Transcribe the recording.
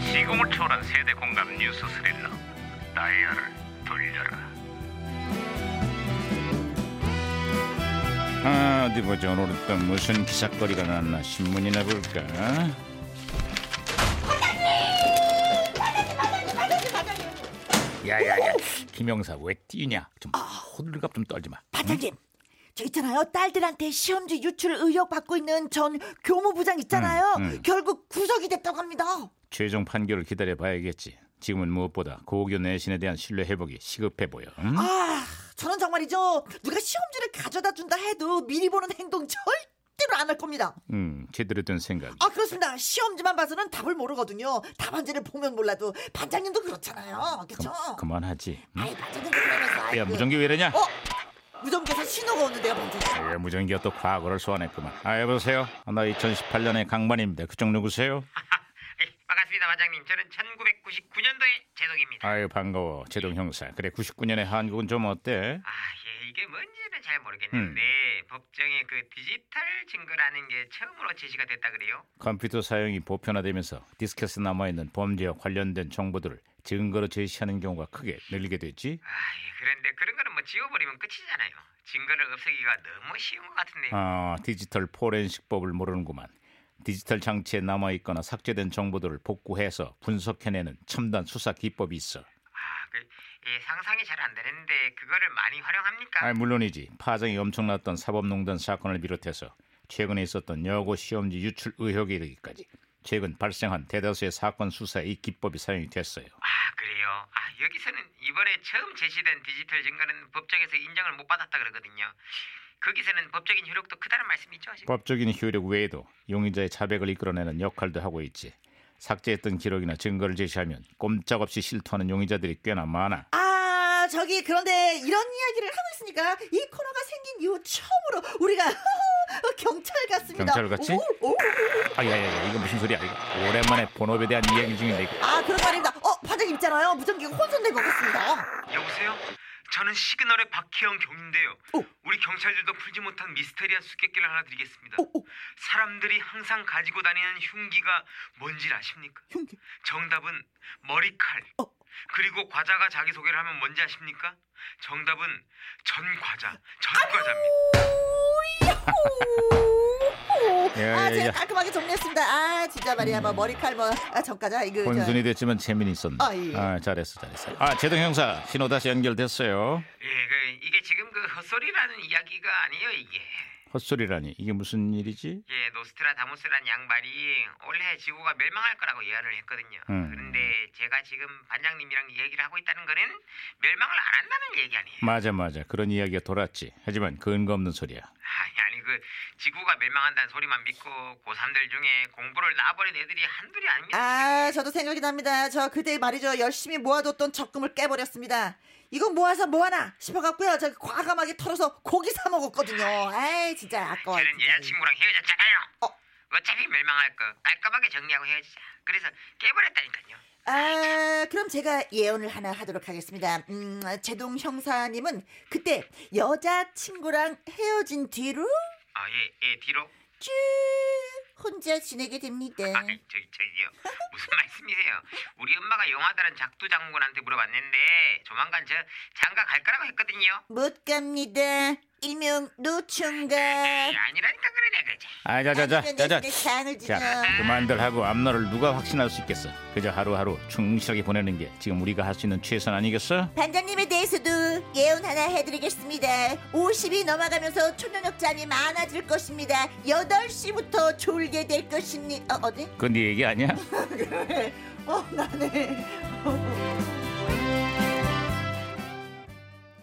시공을 초월한 세대 공감 뉴스 스릴러 다이얼을 돌려라 아, 어디 보자 오늘 또 무슨 기사거리가 났나 신문이나 볼까 야야야 김영사 왜 뛰냐 좀 호들갑 좀 떨지 마 반장님, 저 있잖아요. 딸들한테 시험지 유출 의혹 받고 있는 전 교무부장 있잖아요. 음, 음. 결국 구속이 됐다고 합니다. 최종 판결을 기다려 봐야겠지 지금은 무엇보다 고교 내신에 대한 신뢰 회복이 시급해 보여 음? 응? 아, 저는 정말이죠. 누가 시험지를 가져다 준다 해도 미리 보는 행동 절대로 안 할 겁니다. 음, 제대로 된 생각 아, 그렇습니다. 시험지만 봐서는 답을 모르거든요. 답안지를 보면 몰라도 반장님도 그렇잖아요. 그렇죠? 그만하지 응? 아이, 반장님 그러면서 야 무전기 왜 이러냐 어? 무전기에서 신호가 오는데요, 반장님. 예, 무전기가 또 과거를 소환했구만. 아 여보세요. 나 2018년의 강만입니다. 그쪽 누구세요? 예, 반갑습니다, 반장님. 저는 1999년도의 제동입니다. 아유 반가워 제동 형사. 그래 99년의 한국은 좀 어때? 아, 예, 이게 뭔지는 잘 모르겠는데 음. 법정에 그 디지털 증거라는 게 처음으로 제시가 됐다 그래요. 컴퓨터 사용이 보편화되면서 디스켓에 남아있는 범죄와 관련된 정보들을 증거로 제시하는 경우가 크게 늘게 됐지. 아, 예, 그런데 그런 거는 뭐 지워버리면 끝이잖아요. 증거를 없애기가 너무 쉬운 것 같은데요. 아 디지털 포렌식법을 모르는구만. 디지털 장치에 남아있거나 삭제된 정보들을 복구해서 분석해내는 첨단 수사 기법이 있어. 아, 그 예, 상상이 잘 안 되는데 그거를 많이 활용합니까? 아, 물론이지. 파장이 엄청났던 사법농단 사건을 비롯해서 최근에 있었던 여고 시험지 유출 의혹에 이르기까지 최근 발생한 대다수의 사건 수사에 이 기법이 사용이 됐어요. 아, 그래요. 아, 여기서는 이번에 처음 제시된 디지털 증거는 법정에서 인정을 못 받았다 그러거든요. 거기서는 법적인 효력도 크다는 말씀이죠. 지금? 법적인 효력 외에도 용의자의 자백을 이끌어내는 역할도 하고 있지. 삭제했던 기록이나 증거를 제시하면 꼼짝없이 실토하는 용의자들이 꽤나 많아. 아, 저기 그런데 이런 이야기를 하고 있으니까 이 코너가 생긴 이후 처음으로 우리가 경찰 같습니다. 경찰 같이? 오, 오. 아야야야 이거 무슨 소리야? 이거 오랜만에 본업에 대한 이야기 중인데 이거. 아, 그런 거 아닙니다. 어, 반장님 있잖아요. 무전기가 혼선된 것 같습니다. 어, 여보세요? 저는 시그널의 박희영 경인데요. 오. 우리 경찰들도 풀지 못한 미스테리한 수수께끼를 하나 드리겠습니다. 오, 오, 사람들이 항상 가지고 다니는 흉기가 뭔지 아십니까? 흉기. 정답은 머리칼. 어. 그리고 과자가 자기 소개를 하면 뭔지 아십니까? 정답은 전과자, 전과자입니다. 오, 오. 야, 아, 야, 제가 야. 깔끔하게 정리했습니다. 아, 진짜 말이야. 뭐 머리칼 뭐 아, 저까지 이거 저- 본순이 됐지만 재미는 있었네. 아, 예. 아 잘했어 잘했어. 아 제동 형사 신호 다시 예, 연결됐어요. 그, 이게 지금 그 헛소리라는 이야기가 아니에요, 이게. 헛소리라니 이게 무슨 일이지? 예, 노스트라다무스란 양반이 올해 지구가 멸망할 거라고 예언을 했거든요. 음. 그런데 제가 지금 반장님이랑 얘기를 하고 있다는 거는 멸망을 안 한다는 얘기 아니에요. 맞아 맞아 그런 이야기가 돌았지. 하지만 근거 없는 소리야. 아니, 아니 그 지구가 멸망한다는 소리만 믿고 고3들 중에 공부를 놔버린 애들이 한둘이 아닙니다. 아, 저도 생각이 납니다. 저 그때 말이죠. 열심히 모아뒀던 적금을 깨버렸습니다. 이거 모아서 뭐하나 싶어갖고요. 저 과감하게 털어서 고기 사 먹었거든요. 에이, 진짜 아까워. 저는 여자친구랑 뭐 헤어졌잖아요. 어. 어차피 멸망할 거 깔끔하게 정리하고 헤어지자. 그래서 깨버렸다니까요. 아, 그럼 제가 예언을 하나 하도록 하겠습니다. 음, 제동 형사님은 그때 여자친구랑 헤어진 뒤로 아, 예, 예, 뒤로. 쭉 혼자 지내게 됩니다. 아, 네. 저기 저기요. 무슨 말씀이세요? 우리 엄마가 영화다른 작두 장군한테 물어봤는데 조만간 저 장가 갈 거라고 했거든요. 못 갑니다. 일명 노총각. 에이, 아니라니까 그러네 그죠. 아자자자 네, 자자. 장을 지내. 자 그만들 하고 앞날을 누가 확신할 수 있겠어? 그저 하루하루 충실하게 보내는 게 지금 우리가 할 수 있는 최선 아니겠어? 반장님에 대해서도 예언 하나 해드리겠습니다. 50이 넘어가면서 초저녁 잠이 많아질 것입니다. 8시부터 졸게 될 것입니다. 어, 어디? 그건 네 얘기 아니야? 어, 나네.